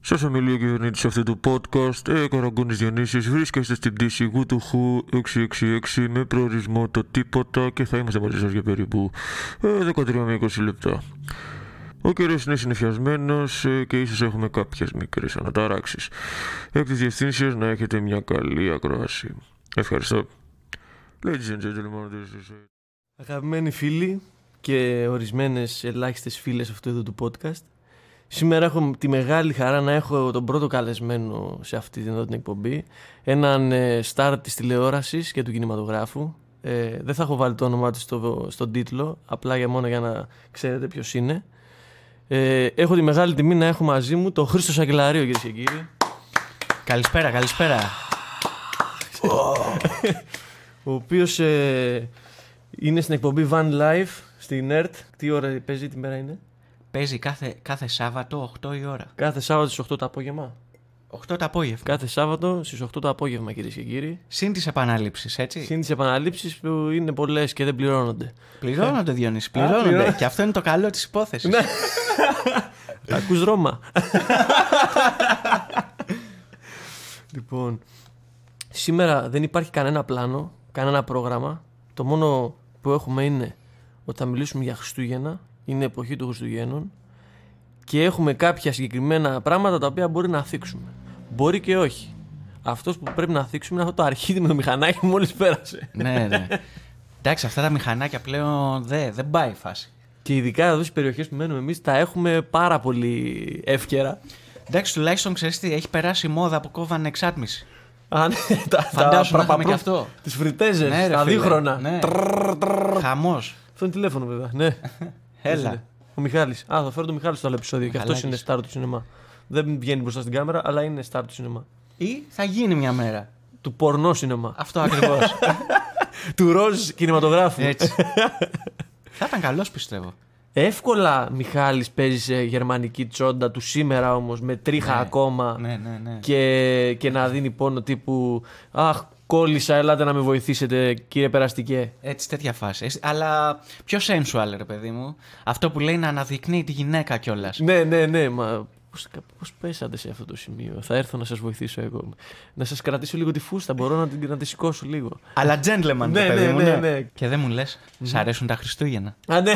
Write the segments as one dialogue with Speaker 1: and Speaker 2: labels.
Speaker 1: Σας ομιλεί ο κυβερνήτης αυτού του podcast, ε, Καραγκούνης Διονύσης. Βρίσκεστε στην πτήση Γουτουχού 666 με προορισμό το τίποτα και θα είμαστε μαζί σας για περίπου ε, 13 με 20 λεπτά. Ο καιρός είναι συνεφιασμένος ε, και ίσως έχουμε κάποιες μικρές αναταράξεις. Εκ της διευθύνσεως να έχετε μια καλή ακρόαση. Ευχαριστώ. Ladies and gentlemen, this is it.
Speaker 2: Αγαπημένοι φίλοι και ορισμένες ελάχιστες φίλες αυτού εδώ του podcast Σήμερα έχω τη μεγάλη χαρά να έχω τον πρώτο καλεσμένο σε αυτή την, εδώ την εκπομπή Έναν ε, στάρ της τηλεόρασης και του κινηματογράφου ε, Δεν θα έχω βάλει το όνομά του στο, στον τίτλο Απλά για μόνο για να ξέρετε ποιος είναι ε, Έχω τη μεγάλη τιμή να έχω μαζί μου τον Χρήστο Σακελαρίο κυρίες και κύριοι
Speaker 3: Καλησπέρα, καλησπέρα.
Speaker 2: Ο οποίος ε, είναι στην εκπομπή Van Life στην ΕΡΤ Τι ώρα παίζει, τι μέρα είναι
Speaker 3: Παίζει κάθε, κάθε Σάββατο 8 η ώρα.
Speaker 2: Κάθε Σάββατο στις 8 το απόγευμα
Speaker 3: 8 το απόγευμα.
Speaker 2: Κάθε Σάββατο στις 8 το απόγευμα κυρίες και κύριοι
Speaker 3: Συν τις επαναλήψεις, έτσι.
Speaker 2: Συν τις επαναλήψεις που είναι πολλές και δεν πληρώνονται
Speaker 3: Πληρώνονται, Διονύση, πληρώνονται.
Speaker 2: πληρώνονται.
Speaker 3: Και αυτό είναι το καλό της υπόθεσης.
Speaker 2: Ακούς Ρώμα. λοιπόν, σήμερα δεν υπάρχει κανένα πλάνο, κανένα πρόγραμμα. Το μόνο που έχουμε είναι ότι θα μιλήσουμε για Χριστούγεννα, είναι εποχή των Χριστουγέννων και έχουμε κάποια συγκεκριμένα πράγματα τα οποία μπορεί να θίξουμε. Μπορεί και όχι. Αυτός που πρέπει να θίξουμε είναι αυτό το αρχίδι με το μηχανάκι που μόλις πέρασε.
Speaker 3: ναι, ναι. Εντάξει, αυτά τα μηχανάκια πλέον δε, δεν πάει η φάση.
Speaker 2: Και ειδικά εδώ στις περιοχές που μένουμε εμείς τα έχουμε πάρα πολύ εύκαιρα.
Speaker 3: Εντάξει, τουλάχιστον ξέρεις τι, έχει περάσει η μόδα που κόβανε εξάτμιση.
Speaker 2: Αν ναι, τα
Speaker 3: Φαντάσου να είχαμε και αυτό.
Speaker 2: Τις φριτέζες,
Speaker 3: Ναι, ρε,
Speaker 2: τα
Speaker 3: φίλε.
Speaker 2: δίχρονα.
Speaker 3: Ναι.
Speaker 2: Τρρρ, τρρρ.
Speaker 3: Χαμό.
Speaker 2: Αυτό είναι τηλέφωνο βέβαια. Ναι.
Speaker 3: Έλα.
Speaker 2: Ο Μιχάλης. Α, θα φέρω τον Μιχάλη στο άλλο επεισόδιο και αυτός
Speaker 3: Μιχαλάκης.
Speaker 2: είναι star του σινεμά. Δεν βγαίνει μπροστά στην κάμερα, αλλά είναι star του σινεμά.
Speaker 3: Ή θα γίνει μια μέρα.
Speaker 2: Του πορνό σινεμά.
Speaker 3: Αυτό ακριβώς.
Speaker 2: Του ροζ κινηματογράφου.
Speaker 3: έτσι. θα ήταν καλός πιστεύω.
Speaker 2: Εύκολα Μιχάλης παίζεις σε γερμανική τσόντα του σήμερα όμως με τρίχα
Speaker 3: Ναι.
Speaker 2: ακόμα.
Speaker 3: Ναι, ναι, ναι.
Speaker 2: και, και να δίνει πόνο τύπου Αχ, κόλλησα, ελάτε να με βοηθήσετε, κύριε Περαστικέ.
Speaker 3: Έτσι, τέτοια φάση. Έτσι, Αλλά πιο sensual, ρε παιδί μου. Αυτό που λέει να αναδεικνύει τη γυναίκα κιόλας.
Speaker 2: Ναι, ναι, ναι, μα πώς, πώς πέσατε σε αυτό το σημείο. Θα έρθω να σας βοηθήσω εγώ. Να σας κρατήσω λίγο τη φούστα, μπορώ να, την- να τη σηκώσω λίγο.
Speaker 3: Αλλά gentleman,
Speaker 2: Ναι,
Speaker 3: ρε παιδί
Speaker 2: ναι,
Speaker 3: μου.
Speaker 2: ναι, ναι.
Speaker 3: Και δεν μου λες, σ' αρέσουν τα Χριστούγεννα.
Speaker 2: Α, ναι.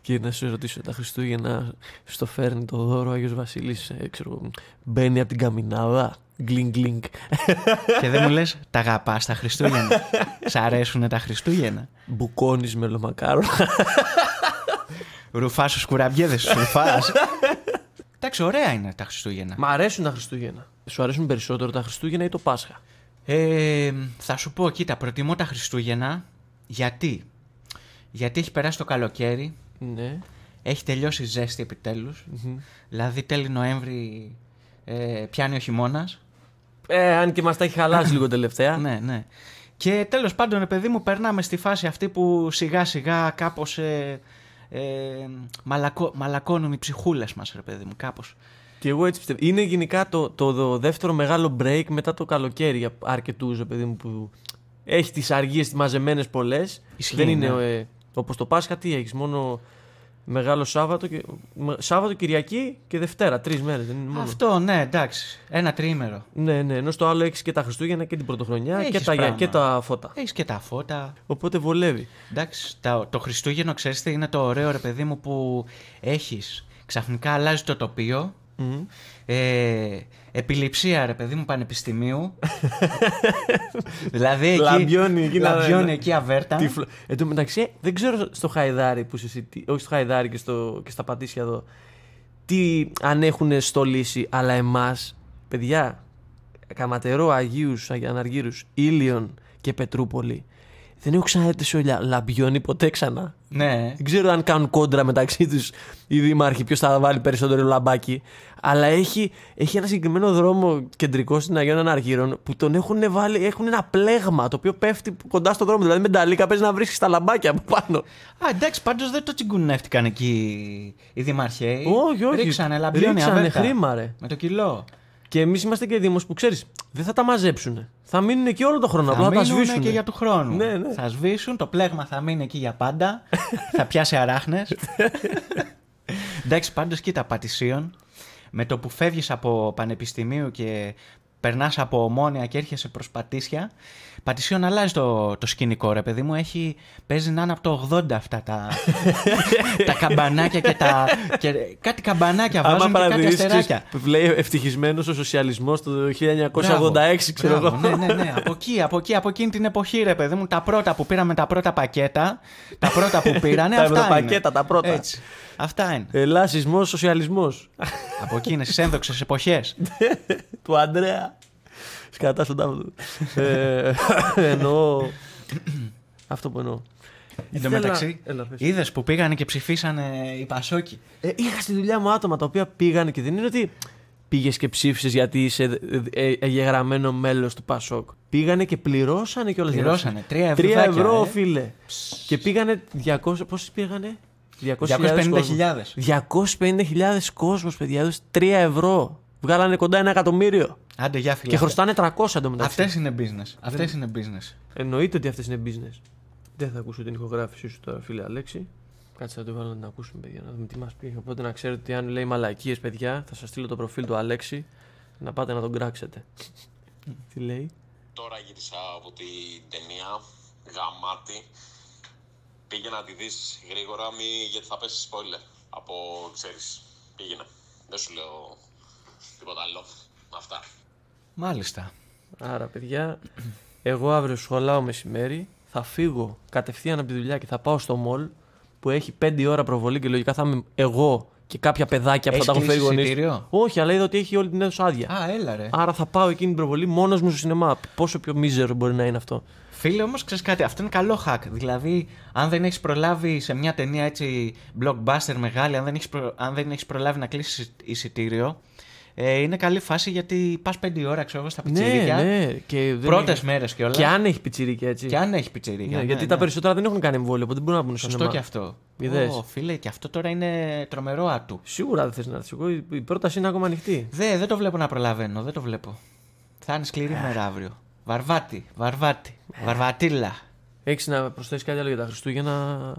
Speaker 2: και να σου ρωτήσω, τα Χριστούγεννα στο φέρνει το δώρο ο Άγιος Βασίλης, ε, ξέρω, εγώ, μπαίνει από την καμινάδα. Γκλινγκ, γκλινγκ.
Speaker 3: και δεν μου λες, τα αγαπάς τα Χριστούγεννα. σ' αρέσουν τα Χριστούγεννα.
Speaker 2: Μπουκώνεις μελομακάρονα.
Speaker 3: Ρουφά στου κουραμπιέδε, σου ρουφάς. Εντάξει, ωραία είναι τα Χριστούγεννα.
Speaker 2: Μ' αρέσουν τα Χριστούγεννα. Σου αρέσουν περισσότερο τα Χριστούγεννα ή το Πάσχα.
Speaker 3: Ε, θα σου πω, κοίτα, προτιμώ τα Χριστούγεννα. Γιατί? Γιατί έχει περάσει το καλοκαίρι,
Speaker 2: Ναι.
Speaker 3: Έχει τελειώσει η ζέστη επιτέλους. Δηλαδή τέλη Νοέμβρη ε, πιάνει ο χειμώνας.
Speaker 2: Ε, αν και μας τα έχει χαλάσει λίγο τελευταία.
Speaker 3: Ναι, ναι. Και τέλος πάντων, ρε παιδί μου, περνάμε στη φάση αυτή που σιγά σιγά κάπως ε, ε, μαλακώ- μαλακώνουν οι ψυχούλες μας, ρε παιδί μου, κάπως.
Speaker 2: Και εγώ έτσι πιστεύω. Είναι γενικά το, το, δο- δεύτερο μεγάλο break μετά το καλοκαίρι για αρκετούς, ρε παιδί μου, που έχει τις αργίες μαζεμένες πολλές.
Speaker 3: Ισχύει,
Speaker 2: Δεν είναι
Speaker 3: ναι.
Speaker 2: ε, όπως το Πάσχα, τι έχεις, μόνο μεγάλο Σάββατο, και, με- Σάββατο, Κυριακή και Δευτέρα. Τρεις μέρες δεν είναι μόνο.
Speaker 3: Αυτό, ναι, εντάξει. Ένα τριήμερο.
Speaker 2: Ναι, ναι, ενώ στο άλλο έχεις και τα Χριστούγεννα και την Πρωτοχρονιά και
Speaker 3: Έχεις
Speaker 2: τα,
Speaker 3: πράγμα.
Speaker 2: και τα φώτα.
Speaker 3: Έχεις και τα φώτα.
Speaker 2: Οπότε βολεύει.
Speaker 3: Εντάξει, τα- το Χριστούγεννο, ξέρεις τι, είναι το ωραίο, ρε παιδί μου, που έχεις. Ξαφνικά αλλάζει το τοπίο.
Speaker 2: Μμμ.
Speaker 3: Ε, επιληψία, ρε παιδί μου, πανεπιστημίου. δηλαδή εκεί.
Speaker 2: Λαμπιώνει εκεί, να-
Speaker 3: λαμπιώνει
Speaker 2: να-
Speaker 3: εκεί αβέρτα.
Speaker 2: Τυφλο- Εν τω μεταξύ, ε, δεν ξέρω στο Χαϊδάρι που είσαι εσύ, τι- όχι στο Χαϊδάρι και, στο, και στα Πατήσια εδώ, τι αν έχουν στολίσει, αλλά εμάς, παιδιά, Καματερό, Αγίους, Αναργύρου, Ήλιον και Πετρούπολη, δεν έχω ξαναδεί σε όλα λαμπιώνει ποτέ ξανά.
Speaker 3: Ναι.
Speaker 2: Δεν ξέρω αν κάνουν κόντρα μεταξύ τους οι δήμαρχοι, ποιος θα βάλει περισσότερο λαμπάκι. Αλλά έχει, έχει ένα συγκεκριμένο δρόμο κεντρικό στην Αγίων Αναργύρων που τον έχουν βάλει, έχουν ένα πλέγμα το οποίο πέφτει κοντά στον δρόμο. Δηλαδή με τα λίκα παίζει να βρίσκεις τα λαμπάκια από πάνω.
Speaker 3: Α, εντάξει, πάντως δεν το τσιγκουνεύτηκαν εκεί οι δημαρχαίοι.
Speaker 2: Όχι, όχι.
Speaker 3: Ρίξανε λαμπιώνει
Speaker 2: Ρίξανε
Speaker 3: αβέρτα.
Speaker 2: χρήμα, ρε.
Speaker 3: Με το κιλό.
Speaker 2: Και εμείς είμαστε και δήμος που ξέρεις, δεν θα τα μαζέψουν. Θα μείνουν εκεί όλο τον χρόνο. απλά
Speaker 3: θα
Speaker 2: θα τα
Speaker 3: μείνουν
Speaker 2: σβήσουν.
Speaker 3: και για του χρόνου.
Speaker 2: Ναι, ναι.
Speaker 3: Θα σβήσουν, το πλέγμα θα μείνει εκεί για πάντα. θα πιάσει αράχνες. Εντάξει, πάντως κοίτα, πατησίων. με το που φεύγεις από πανεπιστημίου και περνάς από ομόνια και έρχεσαι προς πατήσια, πατησίων αλλάζει το, το σκηνικό ρε παιδί μου, έχει, παίζει να είναι από το 80 αυτά τα, τα καμπανάκια και τα... Και, κάτι καμπανάκια
Speaker 2: Άμα
Speaker 3: βάζουν και κάτι
Speaker 2: παρατηρήσεις,
Speaker 3: αστεράκια.
Speaker 2: ξέρεις, λέει ευτυχισμένος ο σοσιαλισμός το 1986, ξέρω
Speaker 3: Μπράβο,
Speaker 2: εγώ.
Speaker 3: Ναι, ναι, ναι. Από εκεί, από εκεί, από εκείνη την εποχή, ρε παιδί μου, τα πρώτα που πήραμε, τα πρώτα πακέτα. Τα πρώτα που πήρανε.
Speaker 2: Τα
Speaker 3: αυτά είναι.
Speaker 2: ευρωπακέτα, τα πρώτα.
Speaker 3: Έτσι. Αυτά είναι.
Speaker 2: Ελλάς, σεισμός, Ε, σοσιαλισμός.
Speaker 3: από εκείνε τι ένδοξες εποχές.
Speaker 2: του Αντρέα. Σκατά στον τάφο του. Ε, εννοώ. Αυτό που εννοώ.
Speaker 3: Εν τω
Speaker 2: Ήθελα-
Speaker 3: μεταξύ,
Speaker 2: Έλα, πες.
Speaker 3: είδες που πήγανε και ψηφίσανε οι Πασόκοι.
Speaker 2: Ε, είχα στη δουλειά μου άτομα τα οποία πήγαν και δεν είναι ότι πήγες και ψήφισες γιατί είσαι ε, ε, εγγεγραμμένο μέλος του Πασόκ. Πήγανε και πληρώσανε κιόλας.
Speaker 3: Πληρώσανε. Τρία ευρώ.
Speaker 2: Τρία ευρώ,
Speaker 3: ε.
Speaker 2: φίλε. Και πήγανε 200. Πόσοι πήγανε,
Speaker 3: 250.000.
Speaker 2: 250.000 κόσμο, παιδιά, έδωσε 3 ευρώ. Βγάλανε κοντά ένα εκατομμύριο.
Speaker 3: Άντε, για
Speaker 2: Και
Speaker 3: φίλε.
Speaker 2: χρωστάνε 300 εντωμεταξύ.
Speaker 3: Αυτές είναι business. Αυτές είναι business.
Speaker 2: Εννοείται ότι αυτές είναι business. Δεν θα ακούσω την ηχογράφησή σου τώρα, φίλε Αλέξη. Κάτσε να το βάλω να την ακούσουμε, παιδιά, να δούμε τι μας πει. Οπότε να ξέρετε ότι αν λέει μαλακίες, παιδιά, θα σας στείλω το προφίλ του Αλέξη να πάτε να τον κράξετε. τι λέει.
Speaker 4: Τώρα γύρισα από την ταινία Γαμάτι. Πήγαινε να τη δεις γρήγορα, μη, γιατί θα πέσεις spoiler. Από, ξέρεις, πήγαινε. Δεν σου λέω τίποτα άλλο. Αυτά.
Speaker 3: Μάλιστα.
Speaker 2: Άρα, παιδιά, εγώ αύριο σχολάω μεσημέρι, θα φύγω κατευθείαν από τη δουλειά και θα πάω στο μολ που έχει 5 ώρα προβολή και λογικά θα είμαι εγώ και κάποια παιδάκια που θα
Speaker 3: Έχεις
Speaker 2: τα έχουν φέρει οι
Speaker 3: κλείσει
Speaker 2: γονείς.
Speaker 3: εισιτήριο?
Speaker 2: Όχι, αλλά είδα ότι έχει όλη την αίθουσα άδεια.
Speaker 3: Α, έλα ρε.
Speaker 2: Ε. Άρα θα πάω εκείνη την προβολή μόνος μου στο σινεμά. Πόσο πιο μίζερο μπορεί να είναι αυτό.
Speaker 3: Φίλε, όμως ξέρεις κάτι, αυτό είναι καλό hack. Δηλαδή, αν δεν έχεις προλάβει σε μια ταινία έτσι blockbuster μεγάλη, αν δεν έχεις προ... αν δεν έχεις προλάβει να κλείσεις εισιτήριο, ε, είναι καλή φάση γιατί πας 5 ώρα, ξέρω εγώ, στα πιτσιρίκια.
Speaker 2: Ναι, ναι. Και δεν
Speaker 3: Πρώτες
Speaker 2: έχει-
Speaker 3: μέρες κιόλας.
Speaker 2: Και αν έχει πιτσιρίκια έτσι.
Speaker 3: και αν έχει
Speaker 2: Ναι,
Speaker 3: πιτσιρίκια. ναι,
Speaker 2: γιατί
Speaker 3: ναι.
Speaker 2: τα περισσότερα δεν έχουν κάνει εμβόλιο, οπότε δεν μπορούν να πούνε
Speaker 3: Σωστό
Speaker 2: σινεμά.
Speaker 3: και αυτό.
Speaker 2: Είδες.
Speaker 3: Ω, φίλε, και αυτό τώρα είναι τρομερό ατού.
Speaker 2: Σίγουρα δεν θες να έρθεις. Εγώ η η πρόταση είναι ακόμα ανοιχτή.
Speaker 3: Δε, δεν το βλέπω να προλαβαίνω, δεν το βλέπω. Θα είναι σκληρή μέρα αύριο. Βαρβάτη, βαρβάτη,
Speaker 2: Ε.
Speaker 3: βαρβατήλα.
Speaker 2: Έχεις να προσθέσεις κάτι άλλο για τα Χριστούγεννα.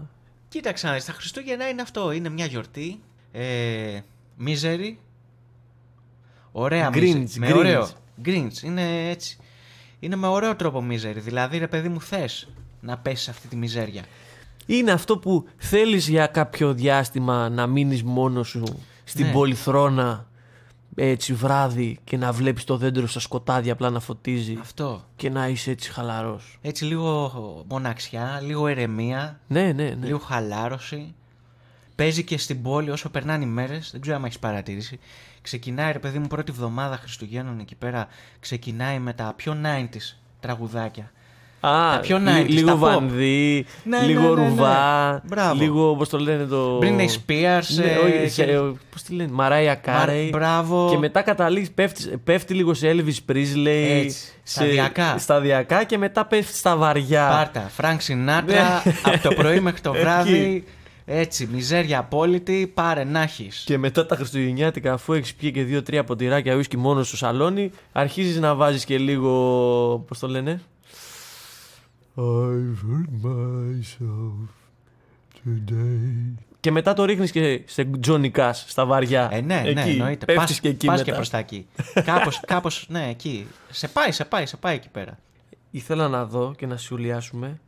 Speaker 3: Κοίταξε να δεις, τα Χριστούγεννα είναι αυτό. Είναι μια γιορτή. Ε, μίζερη. Ωραία
Speaker 2: Grinch,
Speaker 3: μίζερη. Με
Speaker 2: Grinch.
Speaker 3: ωραίο. Grinch, είναι έτσι. Είναι με ωραίο τρόπο μίζερη. Δηλαδή, ρε παιδί μου, θες να πέσεις σε αυτή τη μιζέρια.
Speaker 2: Είναι αυτό που θέλεις για κάποιο διάστημα να μείνεις μόνος σου στην
Speaker 3: Ναι.
Speaker 2: πολυθρόνα έτσι βράδυ και να βλέπεις το δέντρο στα σκοτάδια απλά να φωτίζει
Speaker 3: Αυτό.
Speaker 2: και να είσαι έτσι χαλαρός.
Speaker 3: Έτσι λίγο μοναξιά, λίγο ερεμία,
Speaker 2: Ναι, ναι, ναι.
Speaker 3: λίγο χαλάρωση. Παίζει και στην πόλη όσο περνάνε οι μέρες. Δεν ξέρω αν έχεις παρατηρήσει. Ξεκινάει, ρε παιδί μου, πρώτη βδομάδα Χριστουγέννων εκεί πέρα. Ξεκινάει με τα πιο 90s τραγουδάκια.
Speaker 2: Α,
Speaker 3: Τα πιο
Speaker 2: λι-
Speaker 3: 90s,
Speaker 2: λίγο
Speaker 3: τα pop.
Speaker 2: βανδύ,
Speaker 3: Ναι,
Speaker 2: λίγο
Speaker 3: ναι, ναι, ναι.
Speaker 2: ρουβά,
Speaker 3: Μπράβο.
Speaker 2: λίγο όπως το λένε το...
Speaker 3: Britney Spears.
Speaker 2: Ναι,
Speaker 3: ε,
Speaker 2: όχι,
Speaker 3: και-
Speaker 2: σε- πώς τη λένε, Μαράια Κάρεϊ.
Speaker 3: μπράβο.
Speaker 2: Και μετά καταλήγεις, πέφτεις, πέφτει λίγο σε Elvis Presley.
Speaker 3: Έτσι, σταδιακά.
Speaker 2: σταδιακά και μετά πέφτει στα βαριά.
Speaker 3: Πάρτα, Φρανκ Σινάτρα, από το πρωί μέχρι το
Speaker 2: Ναι. Εκεί.
Speaker 3: βράδυ. Έτσι, μιζέρια απόλυτη, πάρε να έχεις.
Speaker 2: Και μετά τα Χριστουγεννιάτικα, αφού έχεις πιει και δύο-τρία ποτηράκια ουίσκι μόνο στο σαλόνι, αρχίζεις να βάζεις και λίγο. Πώς το λένε. I've hurt myself today. Και μετά το ρίχνεις και σε Johnny Cash στα βαριά.
Speaker 3: Ε, ναι, ναι,
Speaker 2: Εκεί.
Speaker 3: εννοείται.
Speaker 2: Πέφτεις
Speaker 3: Πας-
Speaker 2: και εκεί
Speaker 3: πας
Speaker 2: μετά.
Speaker 3: και προ τα εκεί. κάπως, κάπως, ναι, εκεί. Σε πάει, σε πάει, σε πάει εκεί πέρα.
Speaker 2: Ήθελα να δω και να σιουλιάσουμε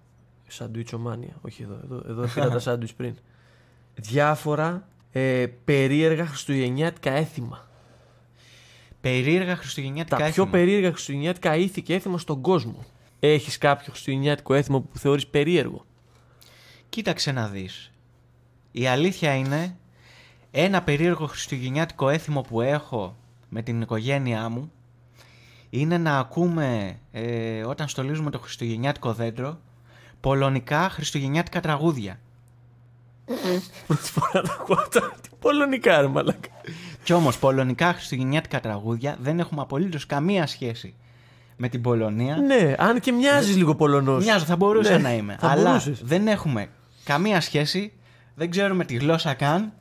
Speaker 2: σαντουιτσομάνια. Όχι εδώ, εδώ, εδώ έφερα τα σάντουιτς πριν. Διάφορα ε, περίεργα χριστουγεννιάτικα έθιμα.
Speaker 3: Περίεργα
Speaker 2: τα
Speaker 3: χριστουγεννιάτικα
Speaker 2: πιο
Speaker 3: έθιμα.
Speaker 2: περίεργα χριστουγεννιάτικα ήθη και έθιμα στον κόσμο. Έχεις κάποιο χριστουγεννιάτικο έθιμο που θεωρείς περίεργο.
Speaker 3: Κοίταξε να δεις. Η αλήθεια είναι ένα περίεργο χριστουγεννιάτικο έθιμο που έχω με την οικογένειά μου είναι να ακούμε ε, όταν στολίζουμε το χριστουγεννιάτικο δέντρο πολωνικά χριστουγεννιάτικα τραγούδια.
Speaker 2: Πρώτη φορά τα ακούω αυτά. Τι πολωνικά, ρε μαλάκα.
Speaker 3: Κι όμως πολωνικά χριστουγεννιάτικα τραγούδια δεν έχουμε απολύτως καμία σχέση με την Πολωνία.
Speaker 2: Ναι, αν και μοιάζεις λίγο Πολωνός.
Speaker 3: Ε. Μοιάζω, θα μπορούσα
Speaker 2: Ναι,
Speaker 3: να είμαι.
Speaker 2: θα
Speaker 3: αλλά
Speaker 2: μπορούσες.
Speaker 3: δεν έχουμε καμία σχέση, δεν ξέρουμε τη γλώσσα καν.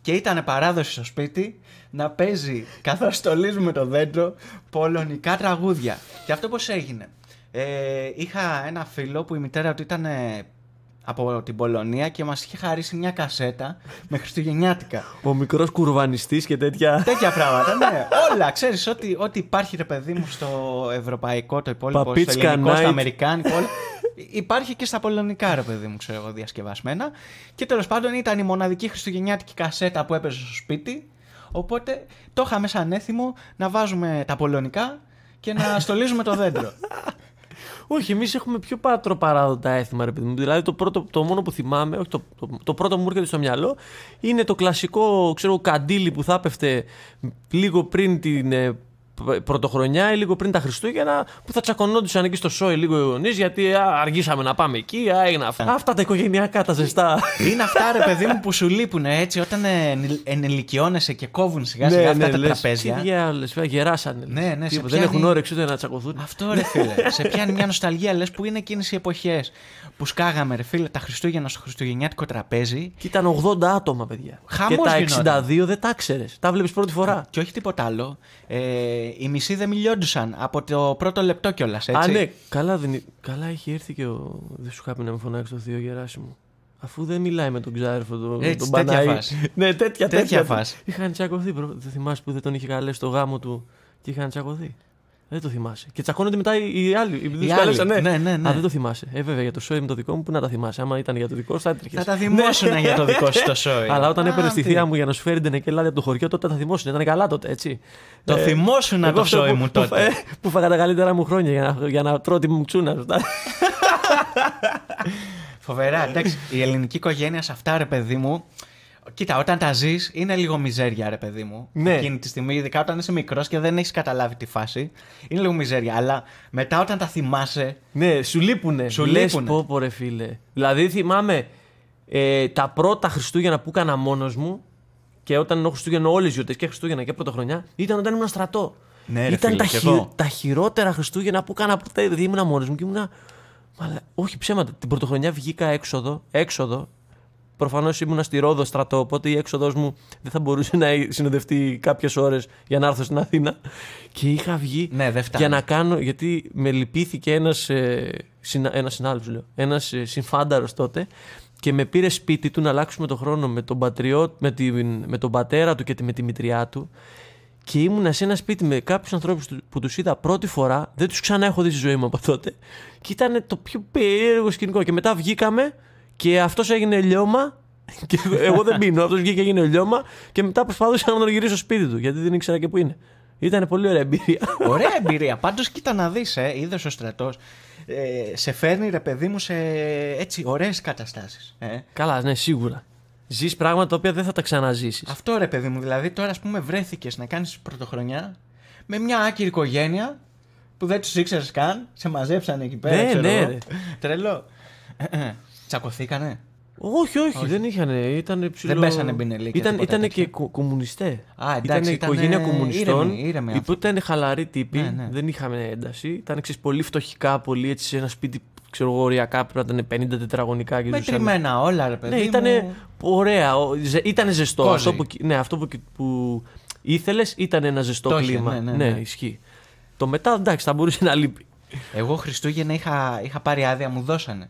Speaker 3: Και ήταν παράδοση στο σπίτι να παίζει καθώς στολίζουμε το δέντρο πολωνικά τραγούδια. Και αυτό πώς έγινε. Ε, είχα ένα φίλο που η μητέρα του ήταν ε, από την Πολωνία και μας είχε χαρίσει μια κασέτα με χριστουγεννιάτικα.
Speaker 2: Ο μικρός κουρβανιστής και τέτοια.
Speaker 3: Τέτοια πράγματα, ναι. Όλα, ξέρεις, ό,τι, ό,τι υπάρχει ρε παιδί μου στο ευρωπαϊκό, το υπόλοιπο, στο
Speaker 2: Παπίτσκα
Speaker 3: ελληνικό, στο
Speaker 2: night.
Speaker 3: αμερικάνικο, όλα, Υπάρχει και στα πολωνικά ρε παιδί μου, ξέρω εγώ, διασκευασμένα. Και τέλος πάντων ήταν η μοναδική χριστουγεννιάτικη κασέτα που έπαιζε στο σπίτι. Οπότε το είχαμε σαν έθιμο να βάζουμε τα πολωνικά και να στολίζουμε το δέντρο.
Speaker 2: Όχι, εμείς έχουμε πιο πατροπαράδοτα έθιμα, ρε παιδί μου. Δηλαδή, το, πρώτο, το μόνο που θυμάμαι, όχι, το, το, το πρώτο που μου έρχεται στο μυαλό, είναι το κλασικό ξέρω, καντήλι που θα έπεφτε λίγο πριν την ε, π- πρωτοχρονιά ή λίγο πριν τα Χριστούγεννα, που θα τσακωνόντουσαν εκεί στο σόι λίγο οι γονείς, γιατί α, αργήσαμε να πάμε εκεί, α, έγινα αυτά. Αυτά τα οικογενειακά, τα ζεστά.
Speaker 3: Είναι αυτά ρε παιδί μου που σου λείπουν έτσι όταν ε, ενηλ- ενηλικιώνεσαι και κόβουν σιγά σιγά αυτά τα
Speaker 2: Ναι, λες,
Speaker 3: τραπέζια.
Speaker 2: Τι διάολες, βέβαια, γεράσανε. λες.
Speaker 3: Ναι, ναι, σε
Speaker 2: Τίποτα, Δεν
Speaker 3: πιάνει-
Speaker 2: έχουν όρεξη ούτε να τσακωθούν.
Speaker 3: Αυτό ρε φίλε. σε πιάνει μια νοσταλγία λες που είναι εκείνες οι εποχές που σκάγαμε ρε φίλε τα Χριστούγεννα στο Χριστουγεννιάτικο τραπέζι
Speaker 2: Και ήταν 80 άτομα, παιδιά.
Speaker 3: Χαμός
Speaker 2: και
Speaker 3: γινόταν.
Speaker 2: τα 62 δεν τα ξέρε. Τα βλέπεις πρώτη φορά.
Speaker 3: και όχι τίποτα άλλο. Ε, οι μισοί δεν μιλιόντουσαν από το πρώτο λεπτό κιόλας. έτσι.
Speaker 2: Α, ναι, καλά, δεν... ε- καλά έχει έρθει και ο. Δεν σου χάπει να με φωνάξει το θείο Γεράσιμο. Αφού δεν μιλάει με τον ξάρφο, τον, τον
Speaker 3: Έτσι, τέτοια
Speaker 2: Παναή.
Speaker 3: φάση.
Speaker 2: ναι, τέτοια, τέτοια,
Speaker 3: Τέτοια φάση.
Speaker 2: Είχαν τσακωθεί. Προ... Δεν θυμάσαι που δεν τον είχε καλέσει στο γάμο του και είχαν τσακωθεί. Δεν το θυμάσαι. Και τσακώνονται μετά οι, οι άλλοι. Οι, τους
Speaker 3: άλλοι.
Speaker 2: καλέσαν,
Speaker 3: Ναι, ναι, ναι.
Speaker 2: Α, δεν το θυμάσαι. Ε, βέβαια για το σόι με το δικό μου, που να τα θυμάσαι. Άμα ήταν για το δικό σου, θα έτρεχες.
Speaker 3: Θα τα δημόσιουναν για το δικό σου το σόι.
Speaker 2: Αλλά όταν
Speaker 3: Α,
Speaker 2: έπαιρνες τη
Speaker 3: τι.
Speaker 2: θεία μου για να σου φέρει την εκελάδια από το χωριό, τότε τα θυμόσουν. Ήταν καλά τότε, έτσι.
Speaker 3: Το θυμόσουνα
Speaker 2: Ε, εγώ
Speaker 3: το
Speaker 2: αυτό
Speaker 3: σόι
Speaker 2: που-
Speaker 3: μου
Speaker 2: που-
Speaker 3: τότε.
Speaker 2: ε, Που φάγα τα καλύτερα μου χρόνια για να, για να τρώω τη μου τσούνα.
Speaker 3: Φοβερά, εντάξει. Η ελληνική οικογένεια σε αυτά, ρε παιδί μου. Κοίτα, όταν τα ζεις, είναι λίγο μιζέρια, ρε παιδί μου.
Speaker 2: Ναι.
Speaker 3: Εκείνη τη στιγμή, ειδικά όταν είσαι μικρός και δεν έχεις καταλάβει τη φάση. Είναι λίγο μιζέρια. Αλλά μετά όταν τα θυμάσαι.
Speaker 2: ναι, σου λείπουνε.
Speaker 3: Σου
Speaker 2: Λες,
Speaker 3: λείπουνε.
Speaker 2: πω, πω, ρε φίλε. Δηλαδή θυμάμαι ε, τα πρώτα Χριστούγεννα που έκανα μόνος μου και όταν εννοώ Χριστούγεννα, όλες οι γιορτές και Χριστούγεννα και Πρωτοχρονιά, ήταν όταν ήμουν στρατό.
Speaker 3: Ναι, ρε
Speaker 2: ήταν
Speaker 3: φίλε,
Speaker 2: τα,
Speaker 3: κι εγώ.
Speaker 2: τα χειρότερα Χριστούγεννα που έκανα ποτέ. Δηλαδή ήμουνα μόνος μου και ήμουνα. Μαλα... Όχι ψέματα. Την Πρωτοχρονιά βγήκα έξοδο. έξοδο. Προφανώς ήμουνα στη Ρόδο στρατό, οπότε η έξοδο μου δεν θα μπορούσε να συνοδευτεί κάποιες ώρες για να έρθω στην Αθήνα. Και είχα βγει
Speaker 3: Ναι, δεν φτάνει.
Speaker 2: για να κάνω. Γιατί με λυπήθηκε ένας ε, συνα, ένας συνάδελφος, λέω. Ένας ε, συμφάνταρος τότε και με πήρε σπίτι του να αλλάξουμε το χρόνο με τον, πατριώ, με, την, με τον πατέρα του και τη, με τη μητριά του. Και ήμουνα σε ένα σπίτι με κάποιους ανθρώπους που τους είδα πρώτη φορά. Δεν τους ξανά έχω δει στη ζωή μου από τότε. Και ήταν το πιο περίεργο σκηνικό. Και μετά βγήκαμε και αυτός έγινε λιώμα. Και εγώ- εγώ δεν πίνω. Αυτός βγήκε και έγινε λιώμα. Και μετά προσπαθούσα να τον γυρίσω σπίτι του γιατί δεν ήξερα και πού είναι. Ήταν πολύ ωραία εμπειρία.
Speaker 3: Ωραία εμπειρία. Πάντως, κοίτα να δεις, ε, είδες ο στρατός. Ε, σε φέρνει, ρε παιδί μου, σε έτσι ωραίες καταστάσεις. Ε.
Speaker 2: Καλά, ναι, σίγουρα. Ζεις πράγματα τα οποία δεν θα τα ξαναζήσεις.
Speaker 3: Αυτό ρε παιδί μου, δηλαδή τώρα ας πούμε βρέθηκες να κάνεις πρωτοχρονιά με μια άκυρη οικογένεια που δεν τους ήξερες καν, σε μαζέψανε εκεί πέρα.
Speaker 2: Ναι,
Speaker 3: ξέρω
Speaker 2: ναι,
Speaker 3: εγώ.
Speaker 2: ρε. Ναι,
Speaker 3: Τρελό. Τσακωθήκανε.
Speaker 2: Όχι, όχι, δεν είχαν. Ήταν ψηλό...
Speaker 3: Δεν πέσανε μπινελίκια,
Speaker 2: Ήταν,
Speaker 3: τίποτα
Speaker 2: ήτανε
Speaker 3: τέτοια.
Speaker 2: και κο- κομμουνιστέ.
Speaker 3: Α, εντάξει,
Speaker 2: Ήτανε
Speaker 3: ήτανε
Speaker 2: οικογένεια κομμουνιστών.
Speaker 3: ήρεμοι, ήρεμοι
Speaker 2: οι οποίοι ήταν χαλαροί τύποι.
Speaker 3: Ναι, ναι.
Speaker 2: Δεν είχαμε ένταση. Ήταν ξέρεις, πολύ φτωχικά, πολύ έτσι σε ένα σπίτι, ξέρω εγώ, οριακά πρέπει να ήταν 50 τετραγωνικά και ζούσαν.
Speaker 3: Μετρημένα όλα, ρε παιδί.
Speaker 2: Ναι, ήταν
Speaker 3: μου.
Speaker 2: ωραία. ο- ζε- Ήτανε ζεστό.
Speaker 3: Κόζι.
Speaker 2: Αυτό που, κι- ναι, αυτό που, κι- που ήθελες ήταν ένα ζεστό
Speaker 3: Το είχε,
Speaker 2: κλίμα.
Speaker 3: ναι, ναι, ναι.
Speaker 2: ισχύει. Το μετά εντάξει, θα μπορούσε να λείπει.
Speaker 3: Εγώ Χριστούγεννα είχα, είχα πάρει άδεια, μου δώσανε.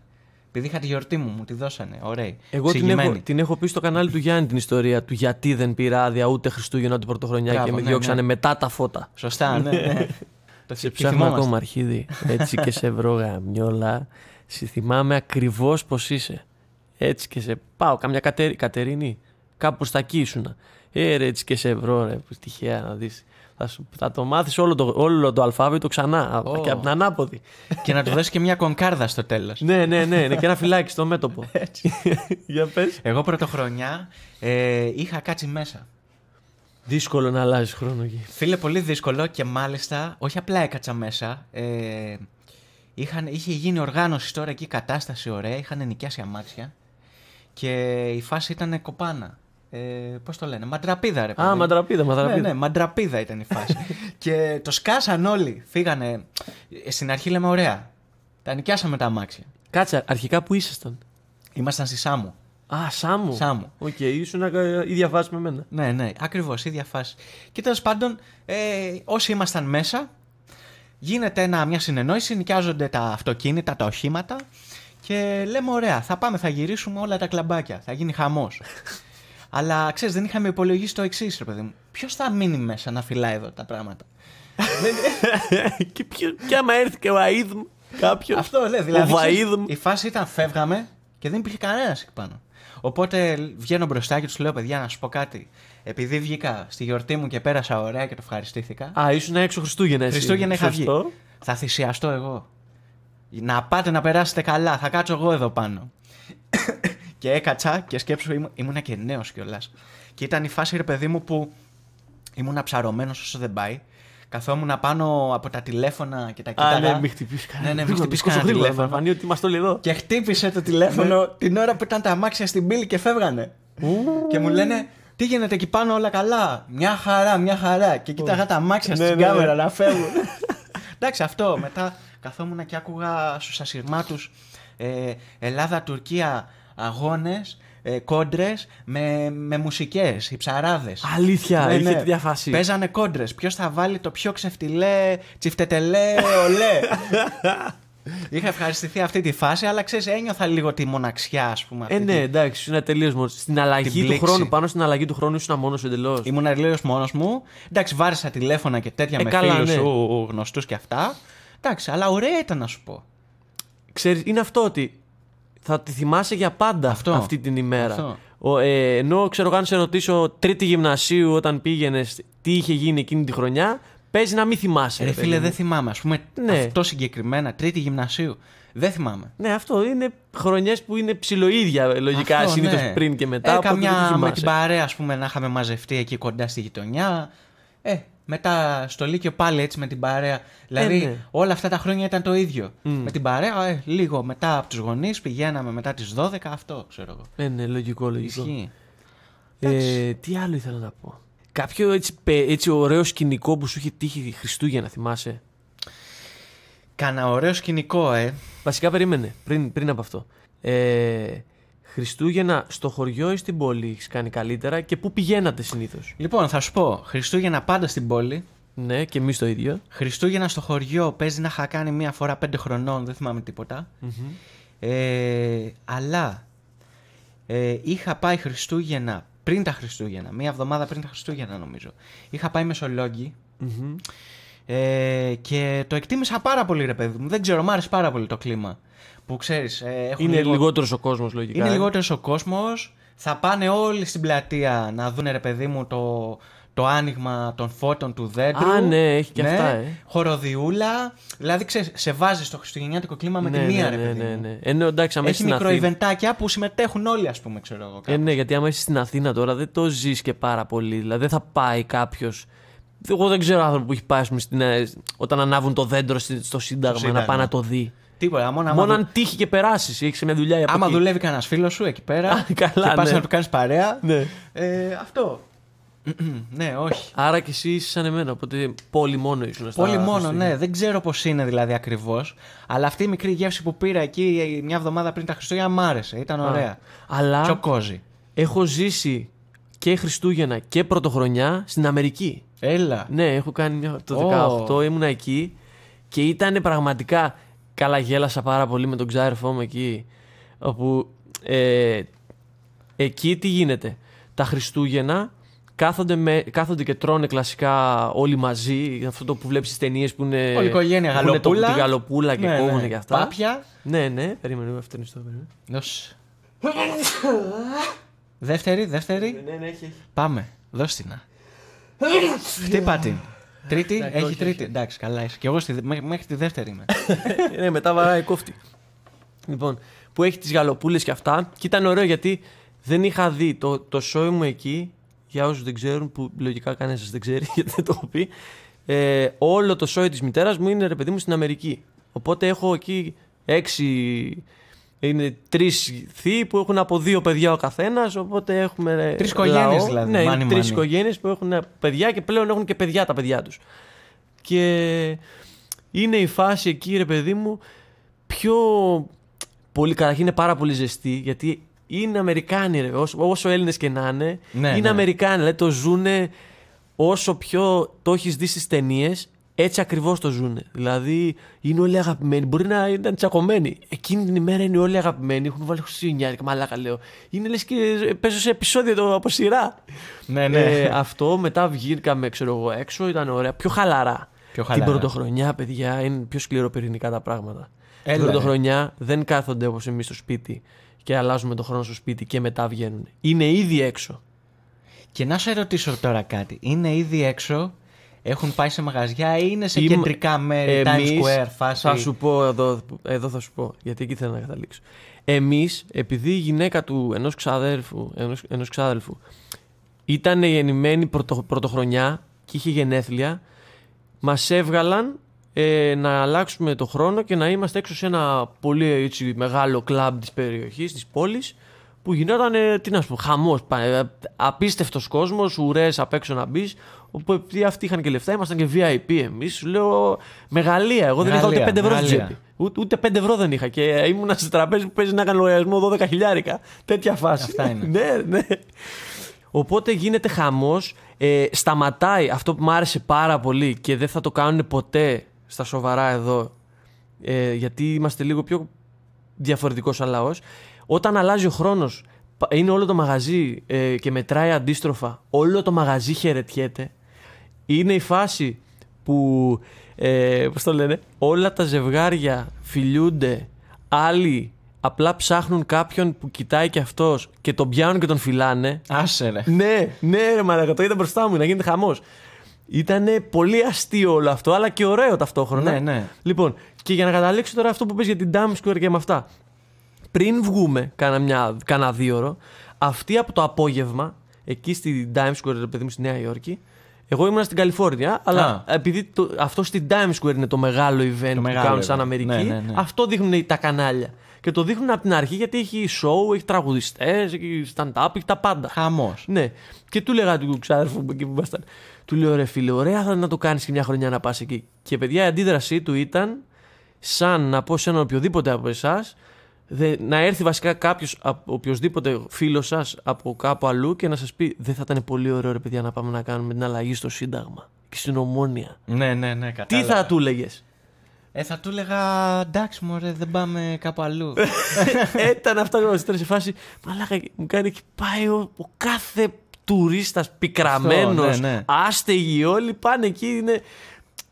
Speaker 3: Επειδή είχα τη γιορτή μου, μου τη δώσανε. Ωραία.
Speaker 2: Εγώ την έχω,
Speaker 3: Εξηγημένη.
Speaker 2: την έχω πει στο κανάλι του Γιάννη την ιστορία του γιατί δεν πήρα άδεια ούτε Χριστούγεννα ούτε Πρωτοχρονιά
Speaker 3: Μπράβο,
Speaker 2: και με
Speaker 3: ναι,
Speaker 2: διώξανε
Speaker 3: ναι.
Speaker 2: μετά τα φώτα.
Speaker 3: Σωστά, ναι. ναι. Το
Speaker 2: Σε
Speaker 3: θυ-
Speaker 2: ψάχνω
Speaker 3: θυμόμαστε.
Speaker 2: ακόμα αρχίδι. Έτσι και σε βρω γαμιόλα. Σε θυμάμαι ακριβώς πώς είσαι. Έτσι και σε πάω. Κάμια Κατερι... Κατερίνη. Κάπου στα εκεί ήσουνα. Ε, ρε, έτσι και σε βρω, ρε. Που τυχαία να δεις. Θα, σου- θα το μάθεις όλο το, όλο το αλφάβητο ξανά.
Speaker 3: Ω.
Speaker 2: Και από την ανάποδη.
Speaker 3: Και να του δώσεις και μια κονκάρδα στο τέλος.
Speaker 2: ναι, ναι, ναι, ναι. Και ένα φυλάκι στο μέτωπο. Για πες.
Speaker 3: Εγώ πρωτοχρονιά ε, είχα κάτσει μέσα.
Speaker 2: Δύσκολο να αλλάζεις χρόνο εκεί.
Speaker 3: Φίλε, πολύ δύσκολο και μάλιστα όχι απλά έκατσα μέσα. Ε, είχαν, είχε γίνει οργάνωση τώρα εκεί, κατάσταση ωραία. Είχαν νοικιάσει αμάξια και η φάση ήταν κοπάνα. Ε, Πώς το λένε, μαντραπίδα ρε παιδί.
Speaker 2: Α, μαντραπίδα, μαντραπίδα.
Speaker 3: Ναι, ναι, μαντραπίδα ήταν η φάση. και το σκάσαν όλοι. Φύγανε. Ε, Στην αρχή λέμε ωραία. Τα νοικιάσαμε τα αμάξια.
Speaker 2: Κάτσε, αρχικά που ήσασταν.
Speaker 3: Ήμασταν στη Σάμου.
Speaker 2: Α, Σάμου.
Speaker 3: Σάμου.
Speaker 2: Οκ, ήσουν ε, ίδια φάση με μένα.
Speaker 3: Ναι, ναι, ακριβώς, ίδια φάση. Και τέλος πάντων, ε, όσοι ήμασταν μέσα, γίνεται ένα, μια συνεννόηση, νοικιάζονται τα αυτοκίνητα, τα οχήματα Και λέμε, ωραία, θα πάμε, θα γυρίσουμε όλα τα κλαμπάκια. Θα γίνει χαμός. Αλλά ξέρεις, δεν είχαμε υπολογίσει το εξής, ρε παιδί μου. Ποιος θα μείνει μέσα να φυλάει εδώ τα πράγματα.
Speaker 2: και, ποιο, και άμα έρθει και ο Αίδμ κάποιος.
Speaker 3: Αυτό λέει. Δηλαδή,
Speaker 2: Ο
Speaker 3: ξέρεις,
Speaker 2: Βαΐδμ.
Speaker 3: η φάση ήταν φεύγαμε και δεν υπήρχε κανένας εκεί πάνω. Οπότε βγαίνω μπροστά και τους λέω: Παιδιά, να σου πω κάτι. Επειδή βγήκα στη γιορτή μου και πέρασα ωραία και το ευχαριστήθηκα.
Speaker 2: Α, ήσουν έξω Χριστούγεννα. εσύ.
Speaker 3: Χριστούγεννα είχα βγει.
Speaker 2: Σωστό.
Speaker 3: Θα θυσιαστώ εγώ. Να πάτε να περάσετε καλά. Θα κάτσω εγώ εδώ πάνω. και έκατσα και σκέψου, ήμου- ήμουνα και νέος κιόλας. Και ήταν η φάση, ρε παιδί μου, που ήμουνα ψαρωμένος όσο δεν πάει. Καθόμουν πάνω από τα τηλέφωνα και τα
Speaker 2: Α,
Speaker 3: κοίταγα.
Speaker 2: ναι, μην χτυπήσεις κανένα.
Speaker 3: Ναι, ναι, μην
Speaker 2: Γρήγορα,
Speaker 3: χτυπήσει
Speaker 2: τόσο
Speaker 3: κανένα
Speaker 2: γρήγορα,
Speaker 3: τηλέφωνο.
Speaker 2: θα Φανεί ότι είμαστε όλοι εδώ.
Speaker 3: Και χτύπησε το
Speaker 2: Ναι.
Speaker 3: τηλέφωνο την ώρα που ήταν τα αμάξια στην πύλη και φεύγανε. και μου λένε, τι γίνεται εκεί πάνω, όλα καλά. Μια χαρά, μια χαρά. Και κοίταγα τα αμάξια
Speaker 2: Ναι,
Speaker 3: στην
Speaker 2: ναι, ναι.
Speaker 3: κάμερα να φεύγουν. Εντάξει, αυτό. Μετά καθόμουν και άκουγα στους ασυρμάτους ε, Ελλάδα-Τουρκία αγώνες, ε, κόντρες με, με μουσικές, οι ψαράδες.
Speaker 2: Αλήθεια,
Speaker 3: Ναι,
Speaker 2: είχε
Speaker 3: ναι.
Speaker 2: τη διαφάση.
Speaker 3: Παίζανε κόντρες. Ποιος θα βάλει το πιο ξεφτιλέ, τσιφτετελέ, ολέ. Είχα ευχαριστηθεί αυτή τη φάση, αλλά ξέρεις, ένιωθα λίγο τη μοναξιά, ας πούμε.
Speaker 2: Ε,
Speaker 3: αυτή
Speaker 2: ναι,
Speaker 3: τη-
Speaker 2: εντάξει, είναι τελείως μόνο. Στην
Speaker 3: Την
Speaker 2: αλλαγή του
Speaker 3: πλήξη.
Speaker 2: χρόνου, πάνω στην αλλαγή του χρόνου ήσουν μόνος εντελώς.
Speaker 3: Ήμουν λίγο μόνος μου. Εντάξει, βάρισα τηλέφωνα και τέτοια
Speaker 2: Ε,
Speaker 3: με
Speaker 2: καλά,
Speaker 3: φίλους
Speaker 2: ναι.
Speaker 3: σου, γνωστούς και αυτά. Εντάξει, αλλά ωραία ήταν να σου πω.
Speaker 2: Ξέρεις, είναι αυτό ότι θα τη θυμάσαι για πάντα
Speaker 3: Αυτό.
Speaker 2: αυτή την ημέρα.
Speaker 3: Αυτό.
Speaker 2: Ο, ε, ενώ ξέρω εγώ, αν σε ρωτήσω τρίτη γυμνασίου όταν πήγαινε τι είχε γίνει εκείνη τη χρονιά, παίζει να μην θυμάσαι.
Speaker 3: Ρε
Speaker 2: παιδί
Speaker 3: φίλε,
Speaker 2: μου.
Speaker 3: δεν θυμάμαι. Ας πούμε,
Speaker 2: Ναι.
Speaker 3: αυτό συγκεκριμένα, τρίτη γυμνασίου. Δεν θυμάμαι.
Speaker 2: Ναι, αυτό είναι χρονιές που είναι ψιλοίδια λογικά
Speaker 3: Αυτό,
Speaker 2: συνήθως
Speaker 3: ναι.
Speaker 2: πριν και μετά.
Speaker 3: Ε,
Speaker 2: οπότε δεν
Speaker 3: καμιά με
Speaker 2: θυμάσαι.
Speaker 3: την παρέα, ας πούμε, να είχαμε μαζευτεί εκεί κοντά στη γειτονιά. Ε, μετά στο Λύκειο πάλι έτσι με την παρέα. Δηλαδή
Speaker 2: ναι. Mm.
Speaker 3: όλα αυτά τα χρόνια ήταν το ίδιο. Με την παρέα, ε, λίγο μετά από τους γονείς πηγαίναμε μετά τις 12, αυτό ξέρω εγώ.
Speaker 2: Ε, ναι, λογικό, λογικό.
Speaker 3: Ισχύει.
Speaker 2: Ε, τι άλλο ήθελα να πω. Κάποιο έτσι, πε- έτσι ωραίο σκηνικό που σου είχε τύχει Χριστούγεννα, θυμάσαι.
Speaker 3: Κανα ωραίο σκηνικό, ε.
Speaker 2: Βασικά περίμενε πριν, πριν από αυτό. Ε, Χριστούγεννα στο χωριό ή στην πόλη έχεις κάνει καλύτερα και πού πηγαίνατε συνήθως.
Speaker 3: Λοιπόν, θα σου πω. Χριστούγεννα πάντα στην πόλη.
Speaker 2: Ναι, και εμείς το ίδιο.
Speaker 3: Χριστούγεννα στο χωριό παίζει να είχα κάνει μία φορά πέντε χρονών, δεν θυμάμαι τίποτα. Ε, αλλά ε, είχα πάει Χριστούγεννα πριν τα Χριστούγεννα, μία εβδομάδα πριν τα Χριστούγεννα νομίζω. Είχα πάει Μεσολόγγι ε, και το εκτίμησα πάρα πολύ ρε παιδί μου. Δεν ξέρω, μου άρεσε πάρα πολύ το κλίμα. Που ξέρεις, ε, έχουν
Speaker 2: Είναι
Speaker 3: λίγο-
Speaker 2: λιγότερος ο κόσμος λογικά.
Speaker 3: είναι
Speaker 2: ε.
Speaker 3: λιγότερος ο κόσμος. Θα πάνε όλοι στην πλατεία να δουν ρε παιδί μου το, το άνοιγμα των φώτων του δέντρου.
Speaker 2: Α, ναι, έχει και αυτά, ε.
Speaker 3: Χοροδιούλα. Δηλαδή, ξέρεις, σε βάζεις στο χριστουγεννιάτικο κλίμα με
Speaker 2: ναι,
Speaker 3: τη μία,
Speaker 2: ναι,
Speaker 3: ρε
Speaker 2: ναι,
Speaker 3: παιδί.
Speaker 2: ναι,
Speaker 3: μου.
Speaker 2: ναι. Ενώ εντάξει, άμα είσαι
Speaker 3: Έχει
Speaker 2: στην Αθήνα.
Speaker 3: μικροϊβεντάκια που συμμετέχουν όλοι, ας πούμε, ξέρω εγώ.
Speaker 2: Ε,
Speaker 3: κάπου.
Speaker 2: ναι, γιατί άμα είσαι στην Αθήνα τώρα δεν το ζεις και πάρα πολύ. Δηλαδή δεν θα πάει κάποιος. Εγώ δεν ξέρω άνθρωπο που έχει πάει ας πούμε, στην, ε, όταν ανάβουν το δέντρο στη- στο Σύνταγμα, να
Speaker 3: Σύνταγμα.
Speaker 2: πάει να το δει.
Speaker 3: Τίποτα. Μόνο, άμα,
Speaker 2: Μόνο
Speaker 3: δου-
Speaker 2: αν τύχει και περάσεις, έχεις μια δουλειά ή από
Speaker 3: άμα
Speaker 2: εκεί.
Speaker 3: δουλεύει κανένας φίλος σου εκεί πέρα.
Speaker 2: Α, καλά,
Speaker 3: και πας
Speaker 2: ναι.
Speaker 3: να του κάνεις παρέα.
Speaker 2: Ναι.
Speaker 3: Ε, αυτό. ναι, όχι.
Speaker 2: Άρα και εσύ είσαι σαν εμένα, οπότε πόλη μόνο ήσουν. στα
Speaker 3: Πολύ μόνο,
Speaker 2: Χριστούγεννα.
Speaker 3: ναι. Δεν ξέρω πώς είναι δηλαδή ακριβώς. Αλλά αυτή η μικρή γεύση που πήρα εκεί μια εβδομάδα πριν τα Χριστούγεννα μ' άρεσε. Ήταν ωραία.
Speaker 2: Αλλά
Speaker 3: Πιο κόζι.
Speaker 2: έχω ζήσει και Χριστούγεννα και Πρωτοχρονιά στην Αμερική.
Speaker 3: Έλα.
Speaker 2: Ναι, έχω κάνει μια, το
Speaker 3: Ω.
Speaker 2: 18, ήμουνα εκεί και ήταν πραγματικά. Καλά, γέλασα πάρα πολύ με τον ξάδερφό μου εκεί. Όπου ε, εκεί τι γίνεται. Τα Χριστούγεννα κάθονται, με, κάθονται και τρώνε κλασικά όλοι μαζί. Αυτό το που βλέπεις στις ταινίες που είναι.
Speaker 3: Όλη η οικογένεια
Speaker 2: που είναι το-
Speaker 3: γαλοπούλα.
Speaker 2: Τη γαλοπούλα και
Speaker 3: Ναι,
Speaker 2: κόβουν
Speaker 3: ναι.
Speaker 2: και αυτά.
Speaker 3: Πάπια.
Speaker 2: Ναι, ναι, περίμενε. εγώ Αυτό είναι στο. περίμενε.
Speaker 3: Δώσ'. δεύτερη, δεύτερη.
Speaker 2: Ναι, ναι, έχει, έχει.
Speaker 3: Πάμε. Δώσ' την. να. Χτύπα την. Τρίτη, έχει
Speaker 2: όχι,
Speaker 3: τρίτη. Εντάξει, καλά είσαι. Και εγώ στη, μέ- μέχρι τη δεύτερη είμαι.
Speaker 2: ναι, μετά βαράει κόφτη. Λοιπόν, που έχει τις γαλοπούλες και αυτά. Και ήταν ωραίο γιατί δεν είχα δει το, το σόι μου εκεί. Για όσους δεν ξέρουν, που λογικά κανένας δεν ξέρει γιατί δεν το έχω πει. Ε, όλο το σόι της μητέρας μου είναι ρε παιδί μου στην Αμερική. Οπότε έχω εκεί έξι. Είναι τρεις θείοι που έχουν από δύο παιδιά ο καθένας. Οπότε έχουμε. ρε,
Speaker 3: Τρεις οικογένειες
Speaker 2: λαό.
Speaker 3: δηλαδή,
Speaker 2: Ναι, είναι
Speaker 3: money,
Speaker 2: τρει
Speaker 3: money.
Speaker 2: οικογένειες που έχουν παιδιά και πλέον έχουν και παιδιά τα παιδιά τους. Και είναι η φάση εκεί, ρε παιδί μου, πιο. Πολύ, καταρχήν είναι πάρα πολύ ζεστή, γιατί είναι Αμερικάνοι, ρε. Όσο, όσο Έλληνες και να είναι,
Speaker 3: Ναι,
Speaker 2: είναι
Speaker 3: ναι.
Speaker 2: Αμερικάνοι. Δηλαδή το ζουνε όσο πιο το έχεις δει στις ταινίες, Έτσι ακριβώς το ζουν. Δηλαδή είναι όλοι αγαπημένοι. Μπορεί να ήταν τσακωμένοι. Εκείνη την ημέρα είναι όλοι αγαπημένοι. Έχουν βάλει χριστουγεννιάτικα. Μαλάκα λέω. Είναι λες και ε, παίζω σε επεισόδιο το από σειρά.
Speaker 3: Ναι, ναι.
Speaker 2: Ε, αυτό μετά βγήκαμε ξέρω εγώ έξω. Ήταν ωραία. Πιο χαλαρά.
Speaker 3: Πιο χαλαρά.
Speaker 2: Την πρωτοχρονιά, παιδιά, είναι πιο σκληροπυρηνικά τα πράγματα.
Speaker 3: Έλα,
Speaker 2: την
Speaker 3: ρε.
Speaker 2: πρωτοχρονιά δεν κάθονται όπως εμείς στο σπίτι και αλλάζουμε τον χρόνο στο σπίτι και μετά βγαίνουν. Είναι ήδη έξω.
Speaker 3: Και να σε ρωτήσω τώρα κάτι. Είναι ήδη έξω, έχουν πάει σε μαγαζιά ή είναι σε
Speaker 2: Είμαι-
Speaker 3: κεντρικά μέρη, Times
Speaker 2: Εμείς,
Speaker 3: Square, φάση.
Speaker 2: Θα σου πω εδώ, εδώ θα σου πω, γιατί εκεί θέλω να καταλήξω. Εμείς, επειδή η γυναίκα του ενός ξάδελφου, ενός, ενός ξάδελφου ήταν γεννημένη πρωτο, πρωτοχρονιά και είχε γενέθλια, μας έβγαλαν ε, να αλλάξουμε το χρόνο και να είμαστε έξω σε ένα πολύ έτσι, μεγάλο κλαμπ της περιοχής, της πόλης που γινόταν, ε, τι να σου πω, χαμός, πα- ε, απίστευτος κόσμος, ουρές απ' έξω να μπεις. Όπου επειδή αυτοί είχαν και λεφτά, ήμασταν και VIP εμείς, σου λέω μεγαλεία, εγώ δεν είχα ούτε
Speaker 3: Μεγαλεία,
Speaker 2: 5 ευρώ στη
Speaker 3: μεγαλεία.
Speaker 2: τσέπη. Ούτε, ούτε 5 ευρώ δεν είχα και ε, ήμουνα σε τραπέζι που παίζει να έκανε λογαριασμό 12 χιλιάρικα. Τέτοια φάση.
Speaker 3: Αυτά είναι.
Speaker 2: ναι, ναι. Οπότε γίνεται χαμός, ε, σταματάει αυτό που μου άρεσε πάρα πολύ και δεν θα το κάνουν ποτέ στα σοβαρά εδώ, ε, γιατί είμαστε λίγο πιο διαφορετικός σαν λαός. Όταν αλλάζει ο χρόνος, πα- είναι όλο το μαγαζί ε, και μετράει αντίστροφα, όλο το μαγαζί χαιρετιέται. Είναι η φάση που, ε, πώς το λένε, όλα τα ζευγάρια φιλιούνται, άλλοι απλά ψάχνουν κάποιον που κοιτάει και αυτός και τον πιάνουν και τον φυλάνε
Speaker 3: Άσε ρε.
Speaker 2: ναι, ναι, ρε Μαλάκα, το είδα μπροστά μου να γίνεται χαμός. Ήταν πολύ αστείο όλο αυτό, αλλά και ωραίο ταυτόχρονα.
Speaker 3: Ναι, ναι.
Speaker 2: Λοιπόν, και για να καταλήξω τώρα αυτό που πες για την Dam Square και με αυτά. Πριν βγούμε κάνα, μια, κάνα δύο ώρο, αυτή από το απόγευμα, εκεί στη Dime Square, ρε παιδί μου, στη Νέα Υόρκη, εγώ ήμουν στην Καλιφόρνια, αλλά επειδή το, αυτό στη Dime Square είναι το μεγάλο event που
Speaker 3: μεγάλο
Speaker 2: κάνουν σαν
Speaker 3: event.
Speaker 2: Αμερική,
Speaker 3: Ναι, ναι, ναι.
Speaker 2: αυτό δείχνουν τα κανάλια. Και το δείχνουν από την αρχή γιατί έχει show, έχει τραγουδιστές, έχει stand-up, έχει τα πάντα.
Speaker 3: Χαμός.
Speaker 2: Ναι. Και του λέγα του ξάδερφου μου εκεί που ήμασταν. Του λέω ρε φίλε, ωραία θα είναι να το κάνεις και μια χρονιά να πας εκεί. Και παιδιά, η αντίδρασή του ήταν σαν να πω σε έναν οποιοδήποτε από εσάς, να έρθει βασικά κάποιος, οποιοδήποτε φίλος σας από κάπου αλλού και να σας πει: Δεν θα ήταν πολύ ωραίο ρε παιδιά να πάμε να κάνουμε την αλλαγή στο Σύνταγμα και στην Ομόνια.
Speaker 3: Ναι, ναι, ναι,
Speaker 2: Τι
Speaker 3: κατάλαβα.
Speaker 2: θα του έλεγε.
Speaker 3: Ε, θα του έλεγα εντάξει μωρέ, δεν πάμε κάπου αλλού.
Speaker 2: Ήταν αυτό που ήταν σε φάση. Μαλάκα, μου κάνει έχει πάει ο, ο κάθε τουρίστας πικραμένο.
Speaker 3: Αυτό, ναι, ναι.
Speaker 2: Άστεγοι όλοι πάνε εκεί. Είναι...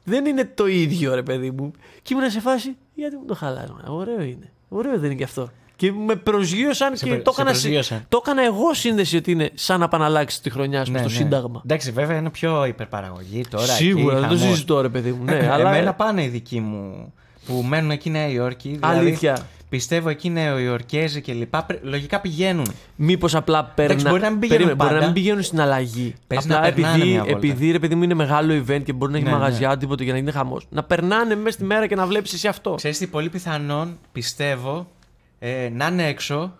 Speaker 2: Δεν είναι το ίδιο ρε παιδί μου. Και ήμουν σε φάση. Γιατί μου το χαλάζω. Ωραίο είναι. Ωραίο δεν είναι και αυτό. Και με προσγείωσαν και
Speaker 3: προ-
Speaker 2: το,
Speaker 3: σε
Speaker 2: έκανα,
Speaker 3: προσγείωσαν.
Speaker 2: το έκανα εγώ σύνδεση ότι είναι σαν να επαναλλάξεις τη χρονιά σου
Speaker 3: Ναι,
Speaker 2: στο
Speaker 3: ναι.
Speaker 2: Σύνταγμα.
Speaker 3: Εντάξει, βέβαια είναι πιο υπερπαραγωγή τώρα.
Speaker 2: Σίγουρα,
Speaker 3: εκεί,
Speaker 2: δεν το
Speaker 3: χαμός. Ε,
Speaker 2: συζητώ ρε παιδί μου. Ναι, αλλά.
Speaker 3: Εμένα πάνε οι δικοί μου που μένουν εκεί Νέα Υόρκη. Δηλαδή,
Speaker 2: Αλήθεια.
Speaker 3: Πιστεύω εκεί Νεοϊορκέζοι και λοιπά. πρε- Λογικά πηγαίνουν.
Speaker 2: Μήπως απλά παίρνουν.
Speaker 3: μπορεί να μην πηγαίνουν
Speaker 2: μπορεί να
Speaker 3: πάντα.
Speaker 2: μην πηγαίνουν στην αλλαγή.
Speaker 3: Πες να
Speaker 2: απλά
Speaker 3: περνάνε μια
Speaker 2: επειδή,
Speaker 3: βόλτα.
Speaker 2: επειδή, ρε παιδί μου είναι μεγάλο event και μπορεί να έχει
Speaker 3: Ναι, ναι.
Speaker 2: μαγαζιά, τίποτα και να γίνει χαμός. Να περνάνε μέσα στη μέρα και να βλέπεις εσύ αυτό.
Speaker 3: Ξέρεις τι, πολύ πιθανόν πιστεύω ε, να είναι έξω,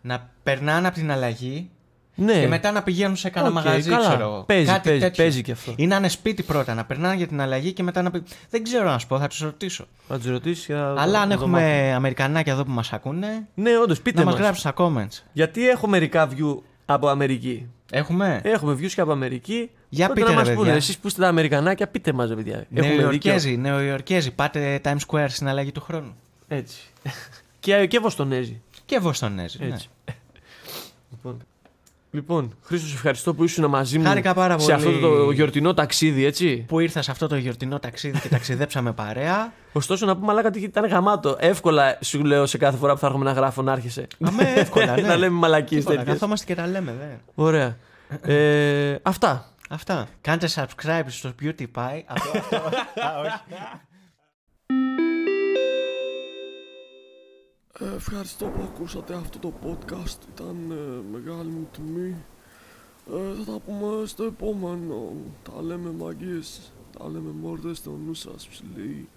Speaker 3: να περνάνε από την αλλαγή
Speaker 2: ναι.
Speaker 3: και μετά να πηγαίνουν σε κάνα
Speaker 2: Οκ,
Speaker 3: μαγαζί,
Speaker 2: καλά.
Speaker 3: ξέρω εγώ.
Speaker 2: Παίζει,
Speaker 3: Κάτι
Speaker 2: παίζει,
Speaker 3: τέτοιο.
Speaker 2: παίζει και αυτό.
Speaker 3: Ή να είναι σπίτι πρώτα, να περνάνε για την αλλαγή και μετά να πει. Δεν ξέρω να σου πω, θα τους ρωτήσω.
Speaker 2: Θα τους ρωτήσεις.
Speaker 3: Αλλά αν έχουμε Αμερικανάκια εδώ που μας ακούνε,
Speaker 2: Ναι, όντως πείτε
Speaker 3: να μας
Speaker 2: μας.
Speaker 3: γράψουν στα comments.
Speaker 2: Γιατί έχω μερικά view από Αμερική.
Speaker 3: Έχουμε.
Speaker 2: Έχουμε views και από Αμερική.
Speaker 3: Για
Speaker 2: Τότε
Speaker 3: πείτε,
Speaker 2: να
Speaker 3: ρε,
Speaker 2: μας πούνε,
Speaker 3: παιδιά.
Speaker 2: εσείς που είστε τα Αμερικανάκια, πείτε μας, παιδιά. Έχουμε δίκιο.
Speaker 3: Νεοϊορκέζοι, Νεοϊορκέζοι, πάτε Times Square στην αλλαγή του χρόνου.
Speaker 2: Έτσι. και, και Βοστονέζοι.
Speaker 3: Και Βοστονέζοι. Ναι.
Speaker 2: Έτσι. λοιπόν, λοιπόν Χρήστος, σε ευχαριστώ που ήσουν μαζί μου
Speaker 3: Χάρηκα πάρα
Speaker 2: σε
Speaker 3: πολύ.
Speaker 2: αυτό το γιορτινό ταξίδι, έτσι.
Speaker 3: Που ήρθα σε αυτό το γιορτινό ταξίδι και ταξιδέψαμε παρέα.
Speaker 2: Ωστόσο, να πούμε μαλάκα ότι ήταν γαμάτο. Εύκολα σου λέω σε κάθε φορά που θα έρχομαι να γράφω να άρχισε.
Speaker 3: Αμέ, εύκολα. Ναι.
Speaker 2: να λέμε μαλακίες
Speaker 3: Τίποτα,
Speaker 2: τέτοιες.
Speaker 3: Καθόμαστε και τα λέμε, δε.
Speaker 2: Ωραία. Ε, αυτά.
Speaker 3: Αυτά. Κάντε subscribe στο Beauty Pie. Αυτό, αυτό. Α, όχι.
Speaker 5: Ε, Ευχαριστώ που ακούσατε αυτό το podcast. Ήταν ε, μεγάλη μου τιμή. Ε, θα τα πούμε στο επόμενο. Τα λέμε μαγκίες. Τα λέμε μόρδες στο νου σας ψηλή.